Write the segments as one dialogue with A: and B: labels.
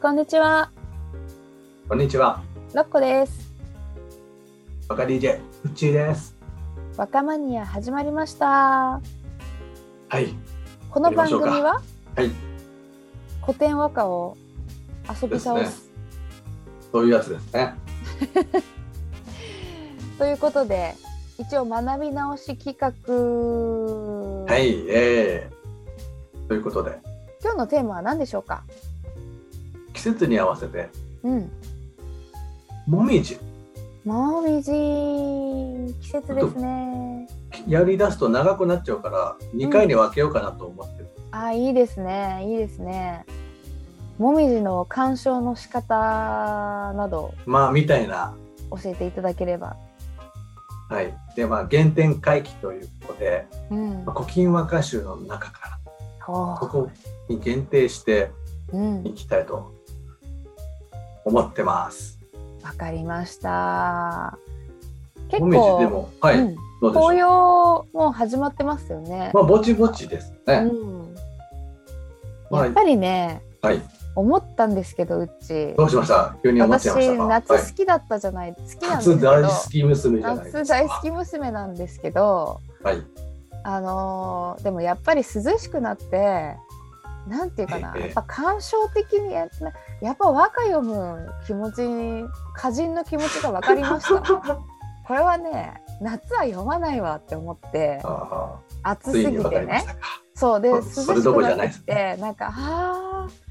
A: こんにちは、
B: こんにちは。
A: ロッコです。
B: 若 DJ、うっちーです。
A: ワカマニア始まりました。
B: はい。
A: この番組は、
B: はい。
A: 古典和歌を遊び倒
B: です
A: す
B: そういうやつですね。
A: ということで、一応学び直し企画。
B: はい。えー、ということで、
A: 今日のテーマは何でしょうか。
B: 季節に合わせて、
A: うん。
B: もみじ、
A: もみじ季節ですね。
B: やり出すと長くなっちゃうから、2回に分けようかなと思ってる。
A: あ、いいですね。いいですね。もみじの鑑賞の仕方など
B: まあ、みたいな。
A: 教えていただければ。
B: はい。で、まあ、原点回帰ということで、
A: うん。
B: まあ古今和歌集の中から、
A: ほ
B: ここに限定して
A: う。うん
B: い。きたいと思ってます。
A: わかりました。結
B: もみじで
A: 構、
B: も、はい。
A: うん
B: どうでしょ
A: 紅
B: う。
A: 葉もう始まってますよね。
B: まあ、ぼちぼちですね。
A: うん、
B: まあ
A: やっぱりね、
B: はい
A: 思ったんですけどうち
B: どうしました急に思っち
A: 私
B: ゃいましたか
A: 夏
B: はい
A: 好きだったじゃない、好きなんです
B: 夏
A: け
B: 大
A: ど
B: 好き娘じゃないで
A: 夏
B: すか。
A: 大好き娘なんですけど
B: はい。
A: あのーでもやっぱり涼しくなってなんていうかな
B: ええ
A: やっぱ感傷的にやなやっぱ和歌読む気持ちに歌人の気持ちが分かりました これはね夏は読まないわって思って
B: あ
A: 暑す
B: あ、つ
A: ぎ
B: いにわか
A: て
B: りま
A: ね
B: したか。
A: そうで涼
B: そ
A: し
B: それどこ
A: く
B: ろじゃ
A: な
B: ない
A: ってきてなんかあー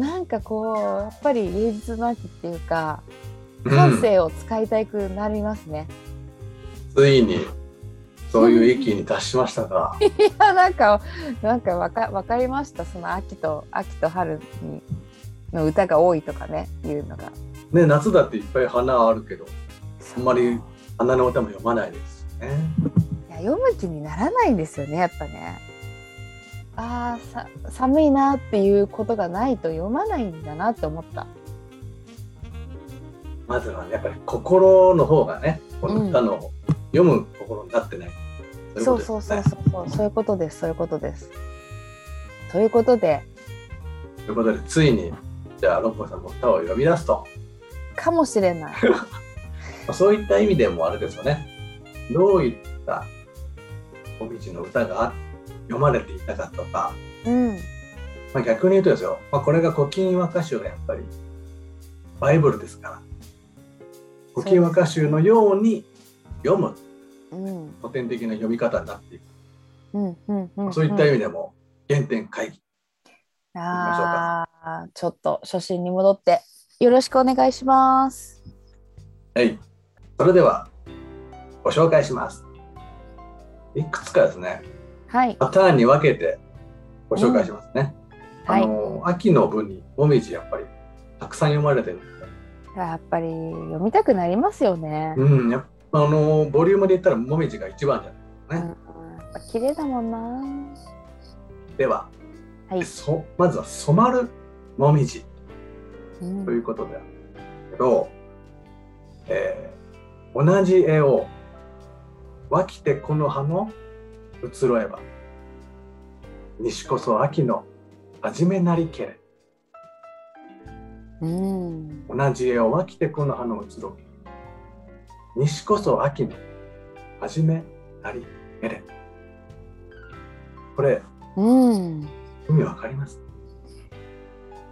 A: なんかこうやっぱり芸術の秋っていうか感
B: うん
A: 性を使いたくなりますね、
B: ついにそういう域に達しましたか。
A: いやなんかなんかわかわかりましたその秋と秋と春にの歌が多いとかねいうのが
B: ね、夏だっていっぱい花あるけど、あんま
A: い
B: り花の歌も読まないですしね。
A: や読む気にならないんですよねやっぱねあーさ寒いなっていうことがないと読まないんだなって思った
B: まずはねやっぱり心の方がね、この歌の読む心になってない。い
A: そ
B: こ
A: う
B: と
A: そう
B: です
A: そう
B: ね
A: そうそう、そういうことです、そういうことです。ということで、
B: ということで、ついに、じゃあ、ロッコさんも歌を読み出すと。
A: かもしれ ない。
B: まあそういった意味でもあれですよね。どういったおみじの歌が読まれていたかとか、
A: うん、
B: まあ、逆に言うとですよ、まあ、これが古今和歌集がやっぱりバイブルですから、
A: そう
B: 古今和歌集のように読む
A: うん、
B: 古典的な読み方になっていく、
A: うん、うん、うん。
B: そういった意味でも原点回帰。
A: うん。ああ、ちょっと初心に戻って、よろしくお願いします。
B: はい。それでは、ご紹介します。いくつかですね、
A: はい、
B: パターンに分けてご紹介しますね。
A: は
B: あ
A: い、
B: の秋の文にもみじやっぱりたくさん読まれてるんですよ
A: やっぱり読みたくなりますよね。
B: うんやっぱあのボリュームで言ったらもみじが一番じゃない
A: うん、
B: ね
A: やっぱ綺麗だもんな。
B: では、
A: はい
B: そまずは「染まるもみじ
A: う」
B: とい
A: ん、
B: うことでけど、えー同じ絵を「わきてこの葉の移ろえば西こそ秋の初めなりけれ」
A: うん、
B: 同じ絵をはきてこの葉の移ろぎ西こそ秋の初めなりエレこれ
A: うん。
B: 意味わかります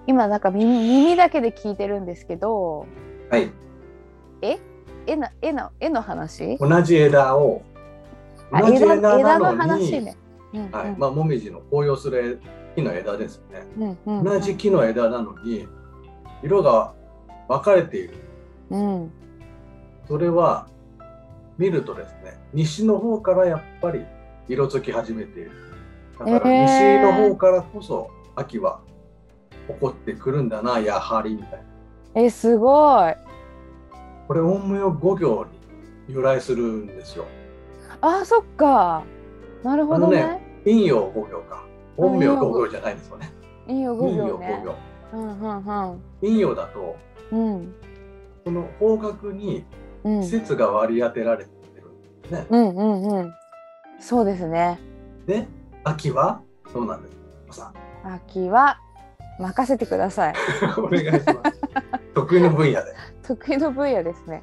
A: 今なんか耳耳だけで聞いてるんですけど、
B: はい
A: 絵の絵の絵の話？
B: 同じ枝を
A: あ
B: 同じ枝
A: 枝枝
B: な
A: の
B: のに
A: 話ね。うん
B: は
A: う
B: い
A: ん
B: まあ、もみじの紅葉する木の枝ですよね
A: うんうんうん
B: 同じ木の枝なのに色が分かれている
A: うん
B: それは見るとですね西の方からやっぱり色づき始めているだから
A: え
B: 西
A: ー
B: の方からこそ秋は起こってくるんだなやはりみたい
A: えすごい
B: なこれ音名五行に由来するんですよ
A: あそっかなるほど
B: あの
A: ね
B: 陰陽五行か音名五行じゃないんですよね
A: いいよ5
B: 陰陽
A: 秒
B: 五
A: ね
B: 行
A: うんうん
B: 陰陽だと
A: うん
B: その方角に
A: うん
B: 季節が割り当てられてるんですね、
A: うんうんうんそうですね
B: で秋はそうなんですお子さん
A: 秋は任せてくだ さい。
B: お願いします。得意の分野で。
A: 得意の分野ですね。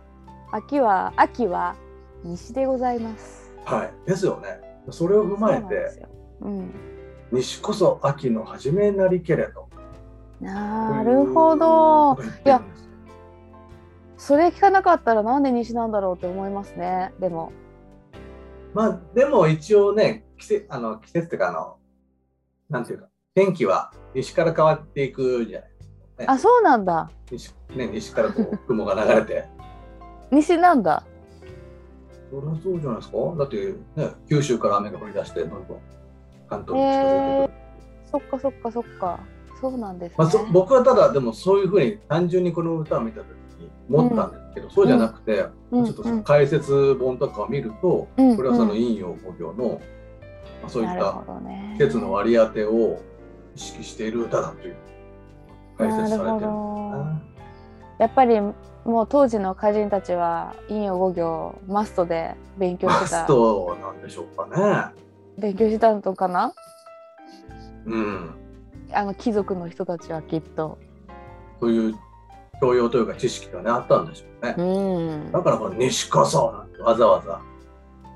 A: 秋は秋は西でございます。
B: はい。ですよね。それを踏まえ
A: そうなんです
B: て、
A: よ。うん。
B: 西こそ秋の初めなりけれど。
A: なるほど。
B: ということを言ってるんですよ。
A: それ聞かなかったらなんで西なんだろうって思いますね。でも。
B: まあ、でも一応ね、季節、あの、季節っていうか、あの、なんていうか、天気は西から変わっていくじゃない
A: あ、そうなんだ。
B: 西,、ね、西か らこう雲が流れて。
A: 西なんだ。
B: そりゃそうじゃないですか。だって、ね、九州から雨が降り出して、どんどん関東に近づいてくる。
A: えー、そっかそっかそっか。そうなんですね。
B: まあ、そ僕はただ、でもそういうふうに単純にこの歌を見たときに思ったんですけど、そうじゃなくて、
A: うん
B: ちょっとその解説本とかを見ると、
A: うん
B: これはその陰陽五行の、まあ、そういっ
A: なる
B: た
A: ほどね。
B: 季節の割り当てを意識している歌だという解説されてるんだ
A: なるほど
B: な。
A: やっぱりもう当時の歌人たちは陰陽五行マストで勉強
B: マ
A: して
B: ス
A: た
B: トなんでしょうかね。
A: 勉強してたのかな
B: うん。
A: あの貴族の人たちはきっと。
B: そういう教養というか知識がねあったんでしょうね。
A: うん
B: だ。からこの西こそなんてわざわざ。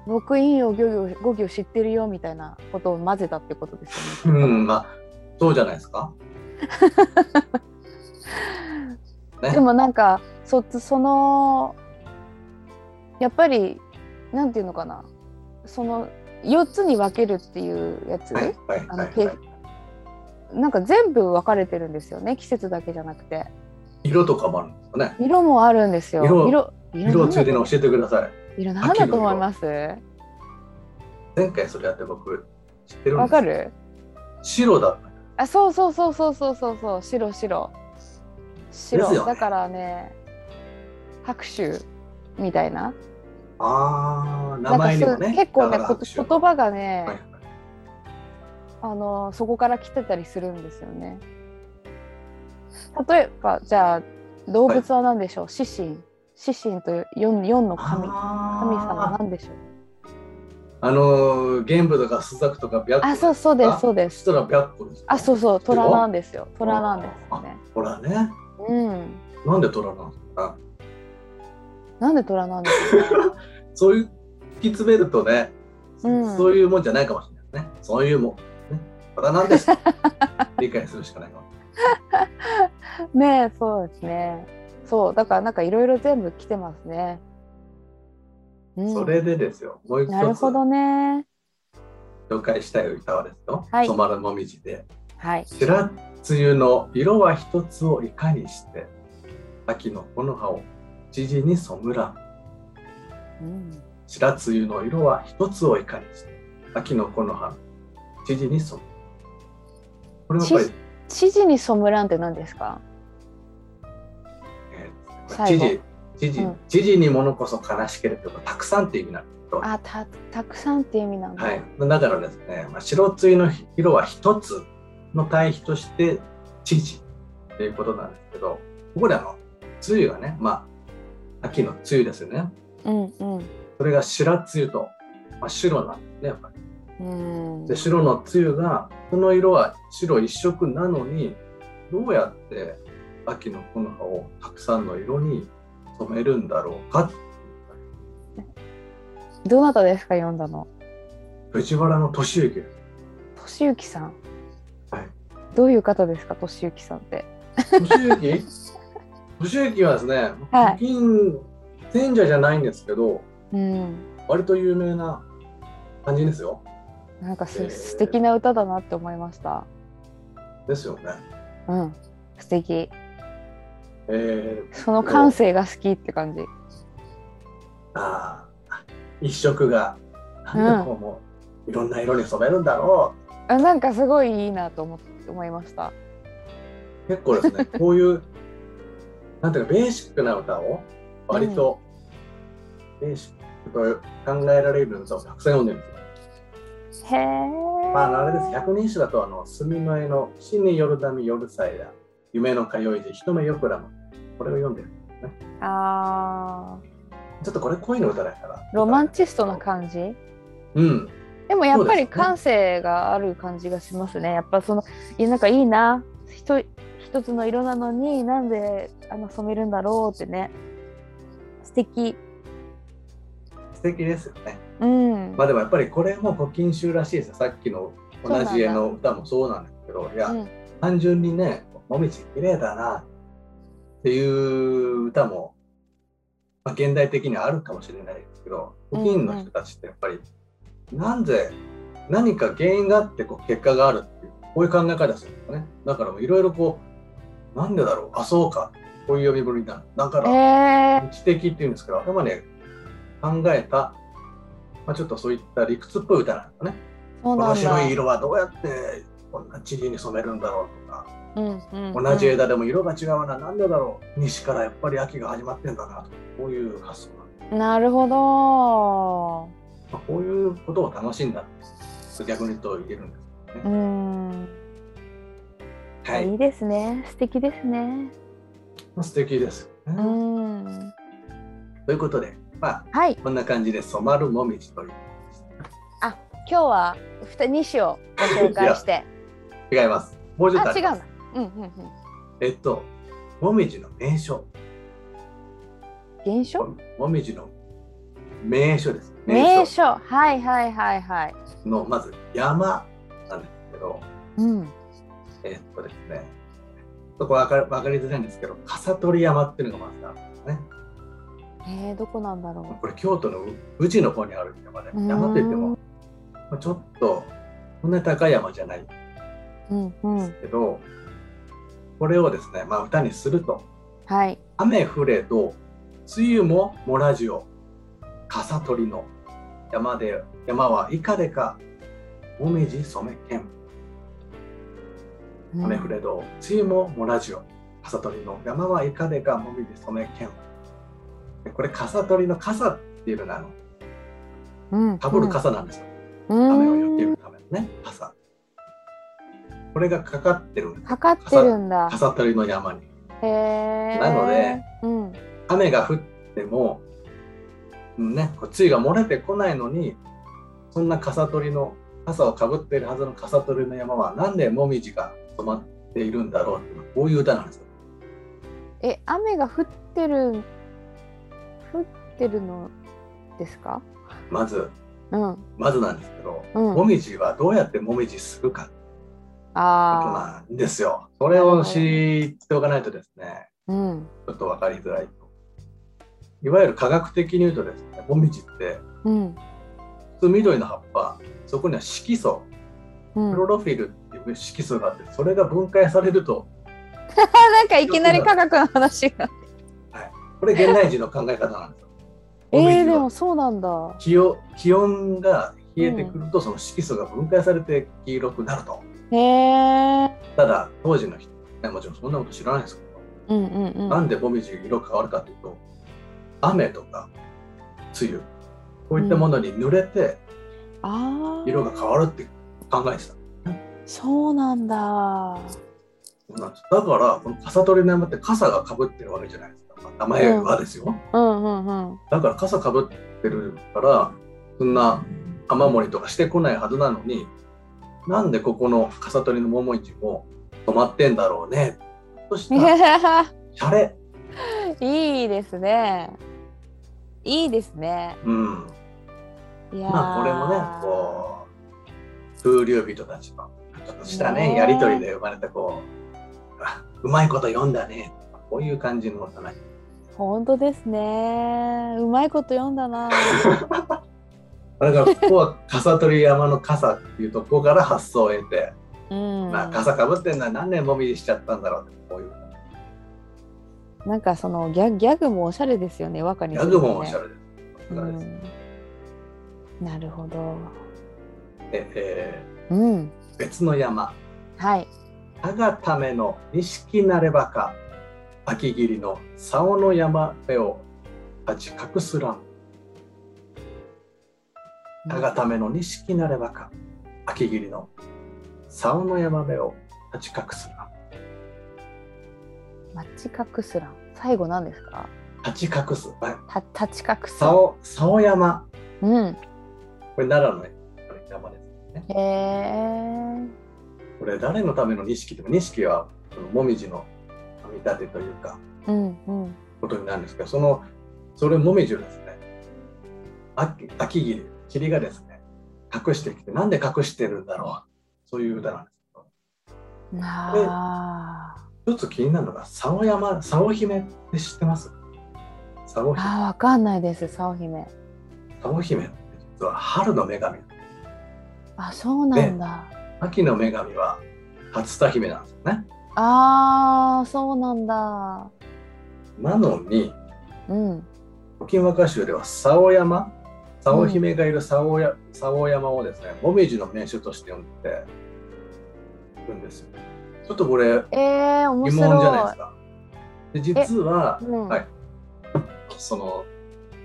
A: 僕陰陽五行五行知ってるよみたいなことを混ぜたってことです
B: う
A: よね。
B: ん、まあそうじゃないですか。 ね
A: でもなんかそそのやっぱりなんていうのかなその4つに分けるっていうやつ、
B: はいはい
A: あの
B: はい、
A: け
B: はい。
A: なんか全部分かれてるんですよね季節だけじゃなくて
B: 色とかもあるんですかね。
A: 色もあるんですよ
B: 色
A: 色
B: 色
A: な
B: を
A: んだ
B: ついての教えてください。
A: 色なんだと思います
B: 前回それやって僕知ってるん
A: わ
B: です
A: かる
B: 白だった。
A: あそうそうそうそうそうそうそう白白
B: です
A: 白、
B: よね
A: だからね拍手みたいな
B: ああ、名前にも
A: なんか
B: ね。
A: そう結構ね
B: だ
A: こ
B: から
A: と言葉がね、
B: はいはい
A: あのそこから来てたりするんですよね。例えばじゃあ動物は何でしょう、獅子獅子という四四の神神様
B: あ
A: は
B: ー
A: 何でしょう
B: あのー、玄武とか朱雀とか白
A: あそうそうですそうで
B: そし
A: す
B: たら白虎ですよ
A: あそうそう
B: 知ってる
A: 虎なんですよ虎なんですよね
B: ほらね
A: うん
B: なんで虎なんですか
A: なんで虎なんですかね
B: そういう突き詰めるとね、
A: うん
B: そういうもんじゃないかもしれないねそういうもんね虎な んです理解するしかないかも
A: ねえそうですねそうだからなんかいろいろ全部来てますね、うん、
B: それでですよもう一つ
A: なるほどね
B: 紹介したい歌はですよ「
A: はい
B: 染まるもみじ」で
A: はい
B: 「白梅雨の色は一つをいかにして秋の木の葉を知事に染むらん」
A: うん
B: 白梅雨の色は一つをいかにして秋の木の葉知事に染むこれはやっぱり
A: 知事に染むらんって何ですか
B: えー
A: 最
B: 知
A: 後
B: 事知事、
A: うん
B: 知事にものこそ悲しければたくさんって意味なんです
A: あたたくさんって意味なんだ、
B: はい、だからですね、まあ、白梅雨の色は一つの対比として知事っていうことなんですけどここであの梅雨がねまあ秋の梅雨ですよね
A: うんうん
B: それが白梅雨と、まあ、白なんですねやっぱり
A: うん
B: で白のつゆがその色は白一色なのにどうやって秋の木の葉をたくさんの色に染めるんだろうか
A: どなたですか読んだの
B: 藤原の俊之です
A: 俊之さん
B: はい
A: どういう方ですか俊之さんって
B: 俊之俊之はですね
A: はい
B: 北京賢者じゃないんですけど
A: うん
B: 割と有名な感じですよ
A: なんかす、
B: えー
A: 素敵な歌だなって思いました
B: ですよね
A: うん素敵
B: え
A: その感性が好きって感じ
B: ー、あー一色がなんでこうもういろんな色に染めるんだろう
A: あなんかすごいいいなと思って思いました
B: 結構ですねこういうなんていうかベーシックな歌を割と、ベーシックと考えられる歌をたくさん読んでるんですよ。
A: へえ
B: まあ、あれです百人一首だとあの「墨の絵の死によるだみよるさいだ夢の通いで一目よくらむ」これを読んでる
A: あー
B: ちょっとこれ恋の歌だから
A: ロマンチストな感じ
B: うん
A: でもやっぱ
B: そうです
A: り
B: ね
A: 感性がある感じがしますね。やっぱそのいやなんかいいなひと一つの色なのになんであの染めるんだろうってね素敵
B: 素敵ですよね。
A: うん、
B: まあでもやっぱりこれも古今集らしいですよ。さっきの同じ絵の歌もそうなんだけど、いや、
A: うん
B: 単純にね、もみじ綺麗だなっていう歌も、まあ、現代的にはあるかもしれないですけど、古今の人たちってやっぱり、なんで何か原因があってこう結果があるっていう、こういう考え方するんですよね。だからもういろいろこう、なんでだろう、あ、そうか、こういう呼びぶりになる。だから、
A: えー、
B: 知的っていうんですけど、頭で考えた、まあ、ちょっとそういった理屈っぽい歌なんですよね。
A: そ
B: こ
A: うな
B: の
A: んだ
B: 白い色はどうやってこんな地理に染めるんだろうとか、
A: うんうんうん、
B: 同じ枝でも色が違うな、なんでだろう、西からやっぱり秋が始まってんだなとか、こういう発想なんで
A: なるほど
B: す、まあ、こういうことを楽しんだんです。逆に言うと言えるんです。
A: うん、、
B: はい
A: い
B: い、
A: ですね素敵ですね
B: まあ素敵です、ね
A: うん
B: ということで、まあ、
A: はい
B: こんな感じで染まるもみじという。
A: 今日は二二種をご紹介して
B: 違います。もうちょっと
A: あ
B: あ
A: 違う
B: ります
A: なうんうんうん
B: えっと、もみじの名所。
A: 原書
B: もみじの名所です。
A: 名
B: 所
A: 所はいはいはいはい
B: のまず山なんですけど、
A: うん
B: えーっとですね、そこわかわかりづらいんですけど、笠取山っていうのがまずあるんですね。
A: えー、どこなんだろ
B: これ京都の宇治の方にある山で、
A: うん
B: 山といっても、まあちょっとそんなに高い山じゃないんで
A: ううんうん
B: すけど、これをですね、まあ歌にすると、
A: はい
B: 雨降れど梅雨ももらじを笠取の山で山はいかでかもみじ染めけん
A: うん
B: 雨降れど梅雨ももらじを笠取の山はいかでかもみじ染めけんでこれ笠取の傘っていうのがあの
A: うん
B: かぶる傘なんですよ、
A: うん
B: 雨を避けるためのね傘これがかかってるんです
A: かかってるんだ
B: 笠取の山に
A: へえ
B: なので
A: うん
B: 雨が降っても、うんね、こう梅雨が漏れてこないのにそんな傘取りの傘をかぶっているはずの傘取りの山はなんでもみじが止まっているんだろうっていうこういう歌なんですよ。
A: え雨が降ってる降ってるのですか
B: まず
A: うん
B: まずなんですけど、
A: う
B: も
A: ん
B: みじはどうやってもみじするかってこと
A: あ
B: なんですよ。それを知っておかないとですね
A: あうん
B: ちょっと分かりづらいと。いわゆる科学的に言うとですねもみじって
A: うん
B: 普通緑の葉っぱそこには色素
A: うん
B: クロロフィルっていう色素があってそれが分解されると
A: あなんかいきなり科学の話が
B: これ現代人の考え方なんですよ。
A: え
B: もみ
A: ー、
B: じ
A: で
B: の
A: もそうなんだ
B: 気温気温が冷えてくると、その色素が分解されて黄色くなると。
A: へえ
B: ただ当時の人ねもちろんそんなこと知らないですけど、
A: うんうんうん
B: なんでもみじ色変わるかというと雨とか梅雨こういったものに濡れて
A: あー
B: 色が変わるって考えてた。
A: そうなんだ
B: そうなんですだからこの傘取りの山って傘がかぶってるわけじゃないですか。名前はですよ。
A: うんうんうん
B: だから傘かぶってるからそんな雨漏りとかしてこないはずなのになんでここの傘取りの桃市も止まってんだろうねそしたらシャレ
A: いいですねいいですね
B: うん
A: いやー
B: まあこれもねこう風流人たちのちょっとしたねやり取りで生まれたこうあうまいこと読んだねこういう感じの話
A: 本当ですねうまいこと読んだ な
B: だからここは傘取り山の傘っていうとこから発想を得て、
A: うん
B: まあ傘かぶってんのは何年もみじしちゃったんだろうってこういう
A: なんかそのギャギャグもおしゃれですよね和歌に
B: ギ
A: す
B: ャ
A: ると
B: グ
A: ね
B: もおしゃれです。さすがで
A: う
B: す
A: んなるほど
B: でえ
A: うん
B: ー別の山、
A: はい
B: たがための錦なればか、秋霧の竿の山目を立ち隠すらん。たがための錦なればか、秋霧の竿の山目を立ち隠すらん。
A: マッチカクスラン最後なんですか
B: 立ち隠す。あ
A: た立ち隠す
B: 竿、竿山。
A: うん
B: これ奈良のね山です。
A: へえ
B: これ誰のための錦でも錦はそのもみじの見立てというか
A: うんうん
B: ことになるんですけどそのそれもみじをですね秋秋霧霧がですね隠してきてなんで隠してるんだろうそういう歌なんですけど
A: あー
B: 一つ気になるのが「竿山竿姫」って知ってます竿姫
A: あーわかんないです沙織姫
B: 竿姫って実は春の女神
A: あそうなんだ、
B: 秋の女神は初田姫なんですよね
A: ああそうなんだ
B: なのに
A: うん
B: 古今和歌集では竿山竿姫がいる竿や竿山をですねもみじの名手として呼んでるんですよちょっとこれ
A: えー、面
B: 疑
A: 白い
B: 問じゃないですかで実は
A: うん
B: はいその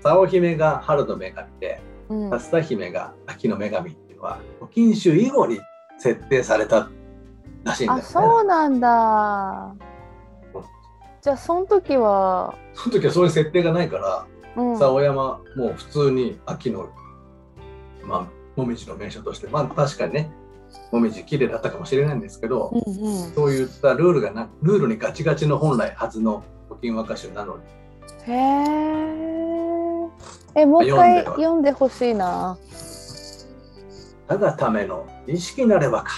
B: 竿姫が春の女神で
A: うん、
B: 竜田姫が秋の女神っていうのは古今集以後に設定されたらしいん
A: あ
B: ですね
A: そうなんだ
B: うん
A: じゃあその時は、
B: その時はそういう設定がないから
A: うん、
B: さあ大山もう普通に秋のまあもみじの名所としてまあ確かにねもみじ綺麗だったかもしれないんですけど、
A: うんうん
B: そういったルールがなルールにガチガチの本来はずの古今和歌集なのに
A: へええもう一回
B: 読んで
A: 読んでほしいな
B: たがための意識なればか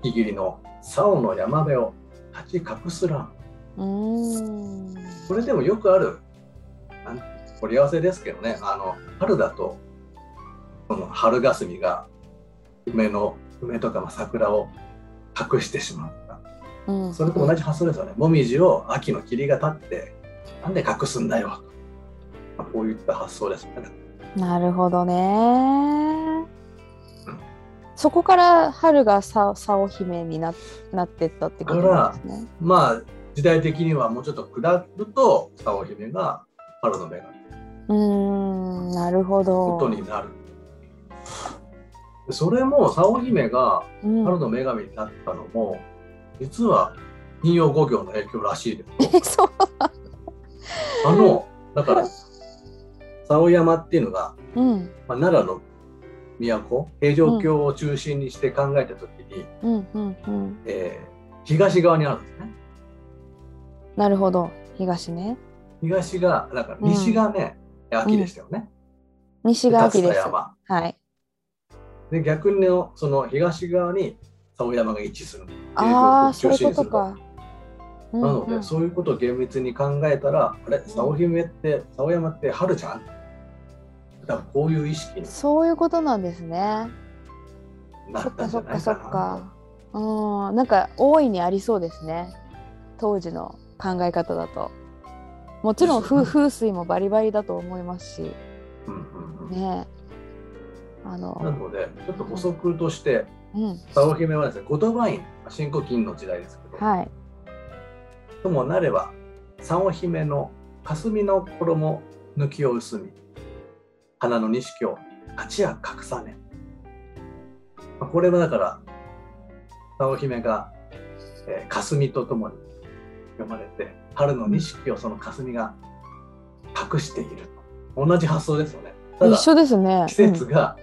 B: 秋霧の竿の山辺を立ち隠すらん
A: うーん
B: これでもよくあるなん取り合わせですけどねあの春だとその春霞が梅の梅とかまあ桜を隠してしまうとか
A: うん
B: それと同じ発想ですよね。もみじを秋の霧が立って、なんで隠すんだよ。まあこういった発想ですよね。
A: なるほどねそこから春がさお姫にななってったってことなんですね
B: まあ、時代的にはもうちょっと下ると、竿姫が春の女神
A: うーんなるほ
B: こ
A: ど
B: とになる。それも、竿姫が
A: うん
B: 春の女神になったのも、実は、引用五行の影響らしいです。
A: そう
B: あの、だから、竿山っていうのが、
A: うん
B: まあ、奈良の都、平城京を中心にして考えたときに、
A: うんうんうん
B: えー東側にあるんですね。
A: なるほど東ね
B: 東が、だから
A: うん
B: 西がね、秋でしたよね。
A: 西が秋です
B: 竜田山。
A: はい
B: で、逆にのその東側に竿山が位置する。
A: ああ
B: 中
A: そういう
B: 心に
A: こと
B: する
A: かな
B: なので、そういうことを厳密に考えたら、あれ、竿姫って、竿山って春じゃんだからこういう意識に
A: そういうことなんですね。
B: な
A: そった
B: っ
A: か
B: んじ
A: そ
B: ゃ
A: っ
B: ない
A: かそ
B: か
A: っ
B: な。
A: か。うん、なんか大いにありそうですね。当時の考え方だと。もちろん
B: ですよ
A: 風
B: ね
A: 風水もバリバリだと思いますし、
B: うんうんうん
A: ねえ。あ
B: な
A: の、
B: ので、ちょっと補足として、
A: うん、
B: 竿姫はですね、ゴトバイン、新古今の時代ですけど、
A: はい。
B: ともなれば三尾姫の霞の衣抜きを薄み花の錦を鉢や隠さねまあこれはだから三尾姫が、えー霞とともに読まれて春の錦をその霞が隠していると同じ発想ですよねただ
A: 一緒ですね。
B: 季節
A: うん
B: が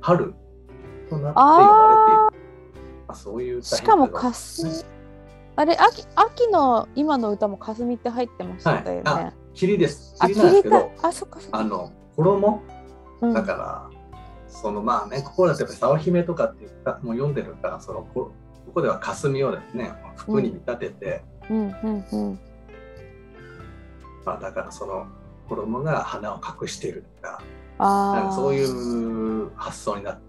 B: 春となって読まれている、まあ、そういう大変
A: しかも
B: さが
A: かす。あれ、秋、秋の今の歌もかすみって入ってましたよね。
B: はい霧です
A: あ、
B: 霧なんですけど
A: 切りたあ、そっかそっか。
B: あの衣
A: うん
B: だから、そのまあね、ここだとやっぱり沢姫とかっていうかもう読んでるから、そのこここでは霞をですね、服に見立てて、
A: うんうんうん。
B: まあだからその衣が花を隠しているとか、
A: ああ。
B: なんかそういう発想になって、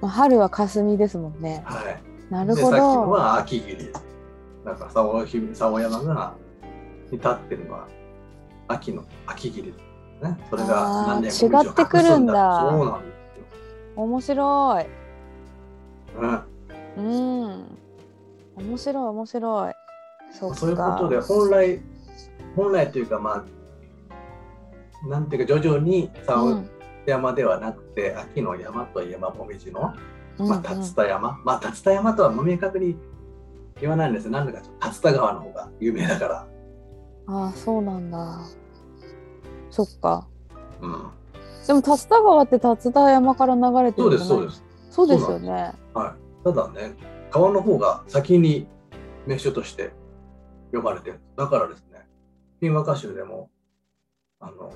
A: まあ、春は霞ですもんね。
B: はい。
A: な
B: で、
A: る
B: さっ
A: ほ
B: きの
A: ど。
B: は秋霧。だから沢姫、沢山が、に立ってるのは、秋の秋霧ですね。それが何年も以上
A: あー違ってくるんだ
B: 隠すそうなんですよ。
A: 面白い。
B: うん
A: うん。面白い面白い。そっか。
B: そういうことで本来本来というかまあなんていうか徐々に
A: う
B: 竿
A: ん
B: 山ではなくて、秋の山といえばもみじの、
A: うん
B: まあ、竜田山、まあ竜田山とは明確に言わないんですよなんでかちょっと竜田川の方が有名だから、
A: うんああそうなんだ。そっか。
B: うん、
A: でも竜田川って竜田山から流れて
B: そう
A: る
B: で
A: ん
B: す
A: じゃ
B: そう
A: ない
B: です、
A: そうですよね。
B: はい、ただね川の方が先に名所として呼ばれてるだからですねピン和歌集でもあの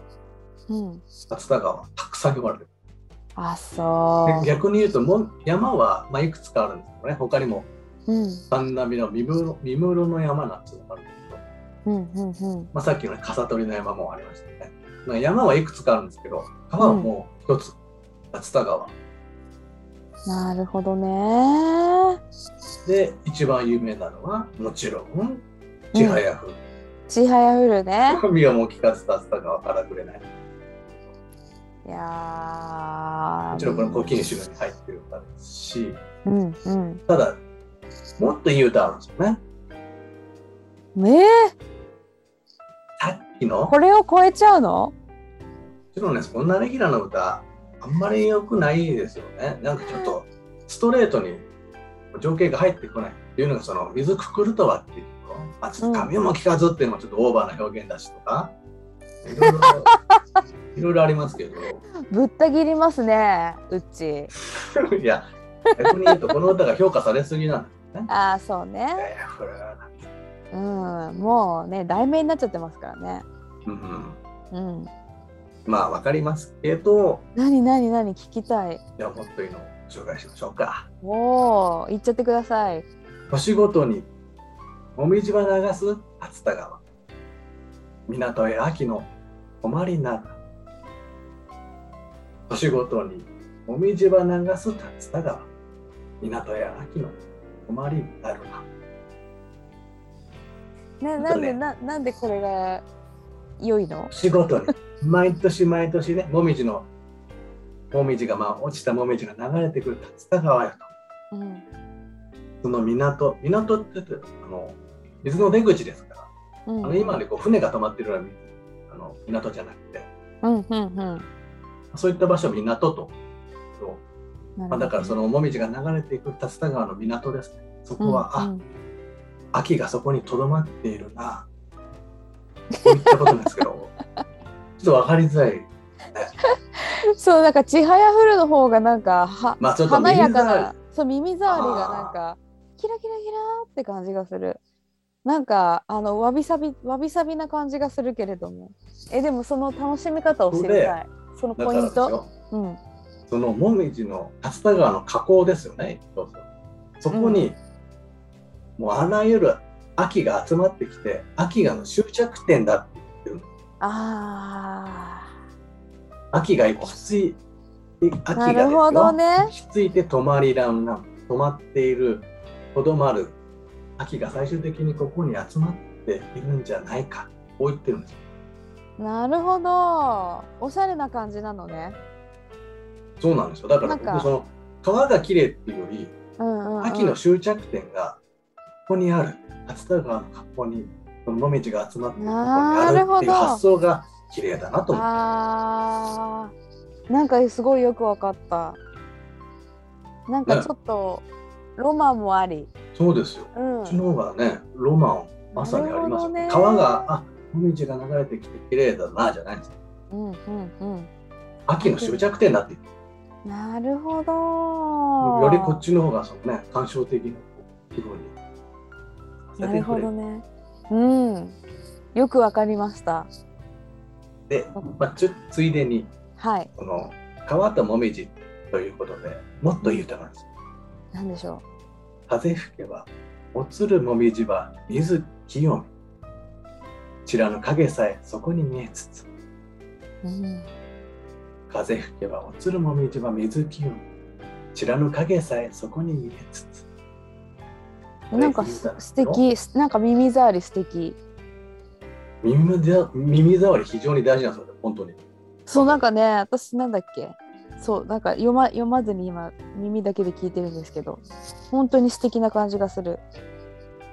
A: うん。
B: 熱田川たくさん呼ばれてる
A: あ、そ
B: で逆に言うともん山は、まあ、いくつかあるんですけどね他にも
A: う。うん。
B: 三波の三室三室の山なんていうのもあるんですけど、
A: うん。うん。うん。
B: まあ、さっきのね笠取の山もありましたねまあ山はいくつかあるんですけど川はもう一つ、熱田川
A: なるほどね。
B: で一番有名なのはもちろんちはやふる、
A: ちはやふるね。
B: 身がもう聞かずたつたがからくれない
A: いやー。
B: もちろんこの古今集に入ってる歌ですし
A: うん。うん。
B: ただもっといい歌あるんですよね
A: ねえ
B: さっきの
A: これを超えちゃうの
B: もちろんね、そんなレギュラーの歌、あんまり良くないですよね。なんかちょっと、ストレートに情景が入ってこないっていうのが、その、水くくるとはっていうの、まあ、ちょっと髪も聞かずっていうのもちょっとオーバーな表現だしとか、いろいろいろいろありますけど、
A: ぶった切りますね、うっち。
B: いや、逆に言うと、この歌が評価されすぎなんで
A: ああ、そう
B: す
A: ね。
B: ね。これは
A: うん。もうね、題名になっちゃってますからね。
B: うんうん、
A: うん。
B: まあ、わかりますけど、
A: なになになに聞きたい。
B: じゃあもっといいのを紹介しましょうか。
A: おお、言っちゃってください。
B: 年ごとにもみじは流す熱田川港へ秋の困りなが年ごとにもみじは流す熱田川港へ秋の困りなるな
A: ね、
B: ん
A: な
B: と
A: んで、
B: ね
A: な、なんでこれが。良いの。
B: 年ごとに毎年毎年ねもみじのもみじがまあ落ちたもみじが流れてくる熱田川よと
A: うん。
B: その港港って言ってあの水の出口ですから
A: うん。
B: あの今までこう船が止まってるような水あの港じゃなくて
A: うん、うん、うん。
B: そういった場所を港と、とまあ、だからそ
A: の。
B: の紅葉が流れていく竜田川の港ですね。そこは、
A: うんうん
B: あ秋がそこにとどまっているな。こういったことなんです けど、ちょっと分かりづらい。
A: そう、なんか、ちはやふるの方が、なんか、は。
B: まあちょっと
A: 華
B: 耳
A: やか
B: 障
A: な。そう、耳障りが、なんか。キラキラキラーって感じがする。なんか、あの、わびさび、わびさびな感じがするけれども。え、でも、その楽しみ方を知りたい。その
B: りだ
A: ポ
B: か
A: イ
B: ら
A: ン
B: ですよ
A: ト。。うん。
B: その紅葉の竜田川の河口ですよね。そうそうそこに、もうあらゆる秋が集まってきて、秋がの終着点だって言ってる。
A: あ
B: 秋が行き着い、
A: あ。
B: 秋が
A: な
B: です
A: る
B: よ。
A: ほどね。
B: きついて止まりらんな止まっているとどまる秋が最終的にここに集まっているんじゃないかこう言ってるんですよ
A: なるほど。おしゃれな感じなのね。
B: そうなんですよだから
A: なんか
B: 僕その川が綺麗っていうより
A: うんうん、うん。
B: 秋の終着点がここにある熱田川の河口にその紅葉が集まっているとこ
A: なる
B: ろにある
A: ほ
B: っていう
A: ど
B: 発想が綺麗だなと思う
A: あーなんかすごいよくわかったなんかちょっとロマンもあり、
B: そうですよ
A: うん、
B: こっちの方がねロマンまさにあります
A: なるほど
B: よ、
A: ね
B: 川があ紅葉が流れてきて綺麗だなじゃないんですよ
A: うんうん
B: 秋の終着点だって言ってる
A: うんなるほど
B: よりこっちの方がそのね感傷的な気分にさ
A: な
B: せて
A: る
B: く
A: ほ
B: れ
A: ど
B: る
A: ねうんよくわかりました
B: で、まあ、つついでに
A: はい
B: この川ともみじということでもっといい歌なんですよ
A: なんでしょ
B: 風吹けばおつるもみじは水清みちらの影さえそこに見えつつ
A: う、うん、
B: 風吹けばおつるもみじは水清みちらの影さえそこに見えつつ
A: なんかす素敵すなんか耳障り素敵
B: 耳ざ耳障り非常に大事なんですよ本当に
A: そうなんかね私なんだっけそうなんか読ま読まずに今耳だけで聞いてるんですけど本当に素敵な感じがする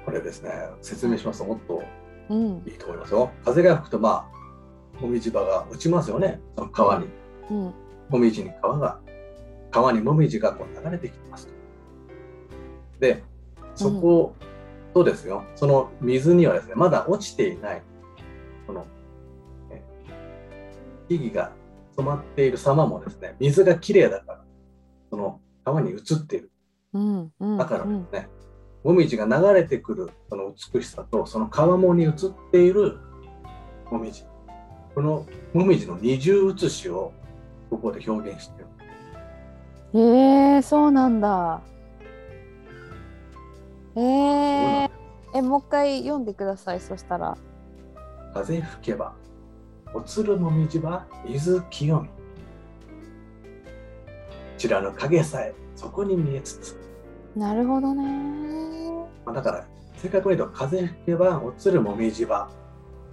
B: これですね説明しますともっと
A: うん
B: いいと思いますよ。風が吹くと、まあ、もみじ葉が落ちますよね、その川に。
A: うん、
B: もみじに川が、川にもみじがこう流れてきます。で、そことですよ、その水にはですね、まだ落ちていない、この、え木々が染まっている様もですね、水がきれいだから、その川に映っている。
A: うん、うん、
B: だから
A: う
B: ですね
A: ん、
B: もみじが流れてくるその美しさとその川面に映っているもみじこのもみじの二重写しをここで表現してる
A: えー、そうなんだ。えー、え、もう一回読んでください、そしたら。
B: 風吹けば映るもみじは伊豆清見ちらの影さえそこに見えつつ、
A: なるほどね。
B: まあ、だから正確に言うと風吹けば映るもみじは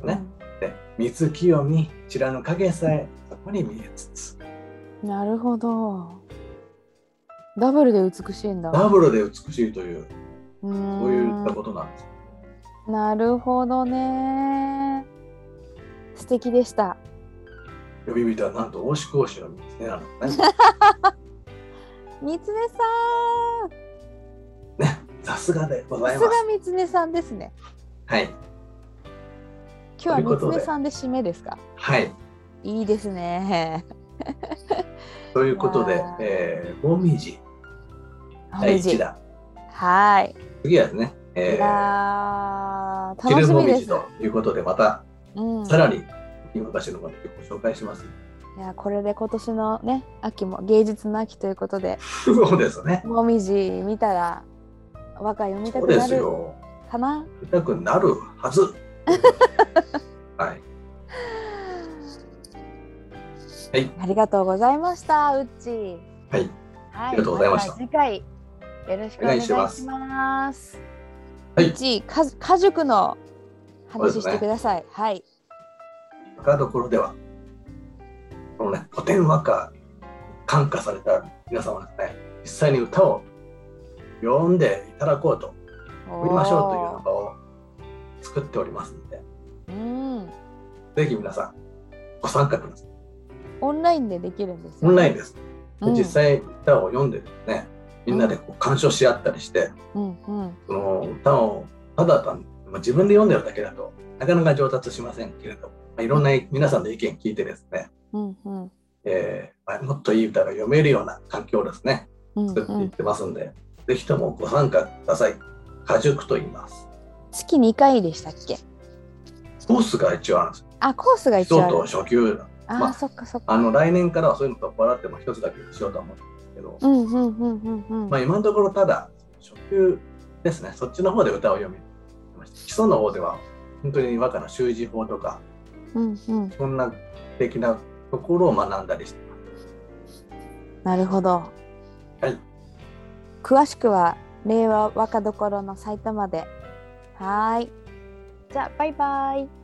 B: ね、で水清見ちらの影さえそこに見えつつ
A: うんなるほど。ダブルで美しいんだ。
B: ダブルで美しいという
A: うーん
B: そういったことなんです
A: なるほどね。素敵でした。
B: 呼び人はなんと大志公子のですねなの ね
A: 三つね
B: さすがでご
A: さん。
B: ざい
A: さ
B: ます
A: すが三つねさんですね。
B: はい
A: 今日
B: と
A: は
B: い
A: 三つ
B: うことで
A: ねさんで締めですか。
B: はい
A: いいですね。
B: ということ
A: い
B: で
A: やー、
B: えー、もみじ第一弾
A: はい。
B: 次はですね、え
A: い
B: ー、
A: やー
B: 散
A: 楽
B: る
A: し
B: も
A: み
B: み
A: で
B: じ
A: す。
B: ということでまた
A: うん、
B: さらに今昔のものをご紹介します。
A: いやこれで今年のね秋も芸術の秋ということで
B: そうですね。
A: もみじ見たら和歌読みた
B: そう
A: く
B: で
A: な
B: す
A: る
B: よ。
A: かな
B: 痛くなる はず。はい。はい
A: ありがとうございましたうっちー
B: はい。
A: はい、あ
B: りがとうございました
A: 次回よろしくお願いします。
B: おは
A: はいい、一家家塾の話
B: そうです
A: し
B: ね
A: てください。はい、
B: 和歌どころでは、このね、古典和歌、感化された皆様ですね、実際に歌を読んでいただこうと、
A: お
B: 見ましょうというのを作っておりますので、
A: う。うん、
B: ぜひ皆さん、ご参加ください。
A: オンラインでできるんです
B: オ
A: よね、
B: ンラインです。で
A: うん
B: 実際、歌を読んでですね、みんなでこう鑑賞し合ったりして、
A: うんうん、
B: その歌をただ単に、まあ、自分で読んでるだけだとなかなか上達しませんけれど、まあ、いろんな皆さんの意見聞いてですね、
A: うんうん、
B: えーまあもっといい歌が読めるような環境をですね
A: うん
B: 作って
A: う
B: いっ
A: ん。
B: てますんで、ぜひともご参加ください家塾と言います
A: 月二回でしたっけ？
B: コースが一応あるんです
A: あ、コースが
B: 基
A: 一
B: 礎
A: 応ある
B: と。初級
A: あー、
B: まあ
A: そっかそっか。
B: あの来年からはそういうのとバラっても一つだけにしようとは思うんですけど、
A: うんうんうんうんうん。
B: まあ、今のところただ初級ですねそっちの方で歌を読みました基礎の方では本当に和歌の習字法とか
A: うんうん。
B: そんな的なところを学んだりしてま
A: なるほど。
B: はい。
A: 詳しくは令和若どころのサイトまで。はーい。じゃあバイバイ。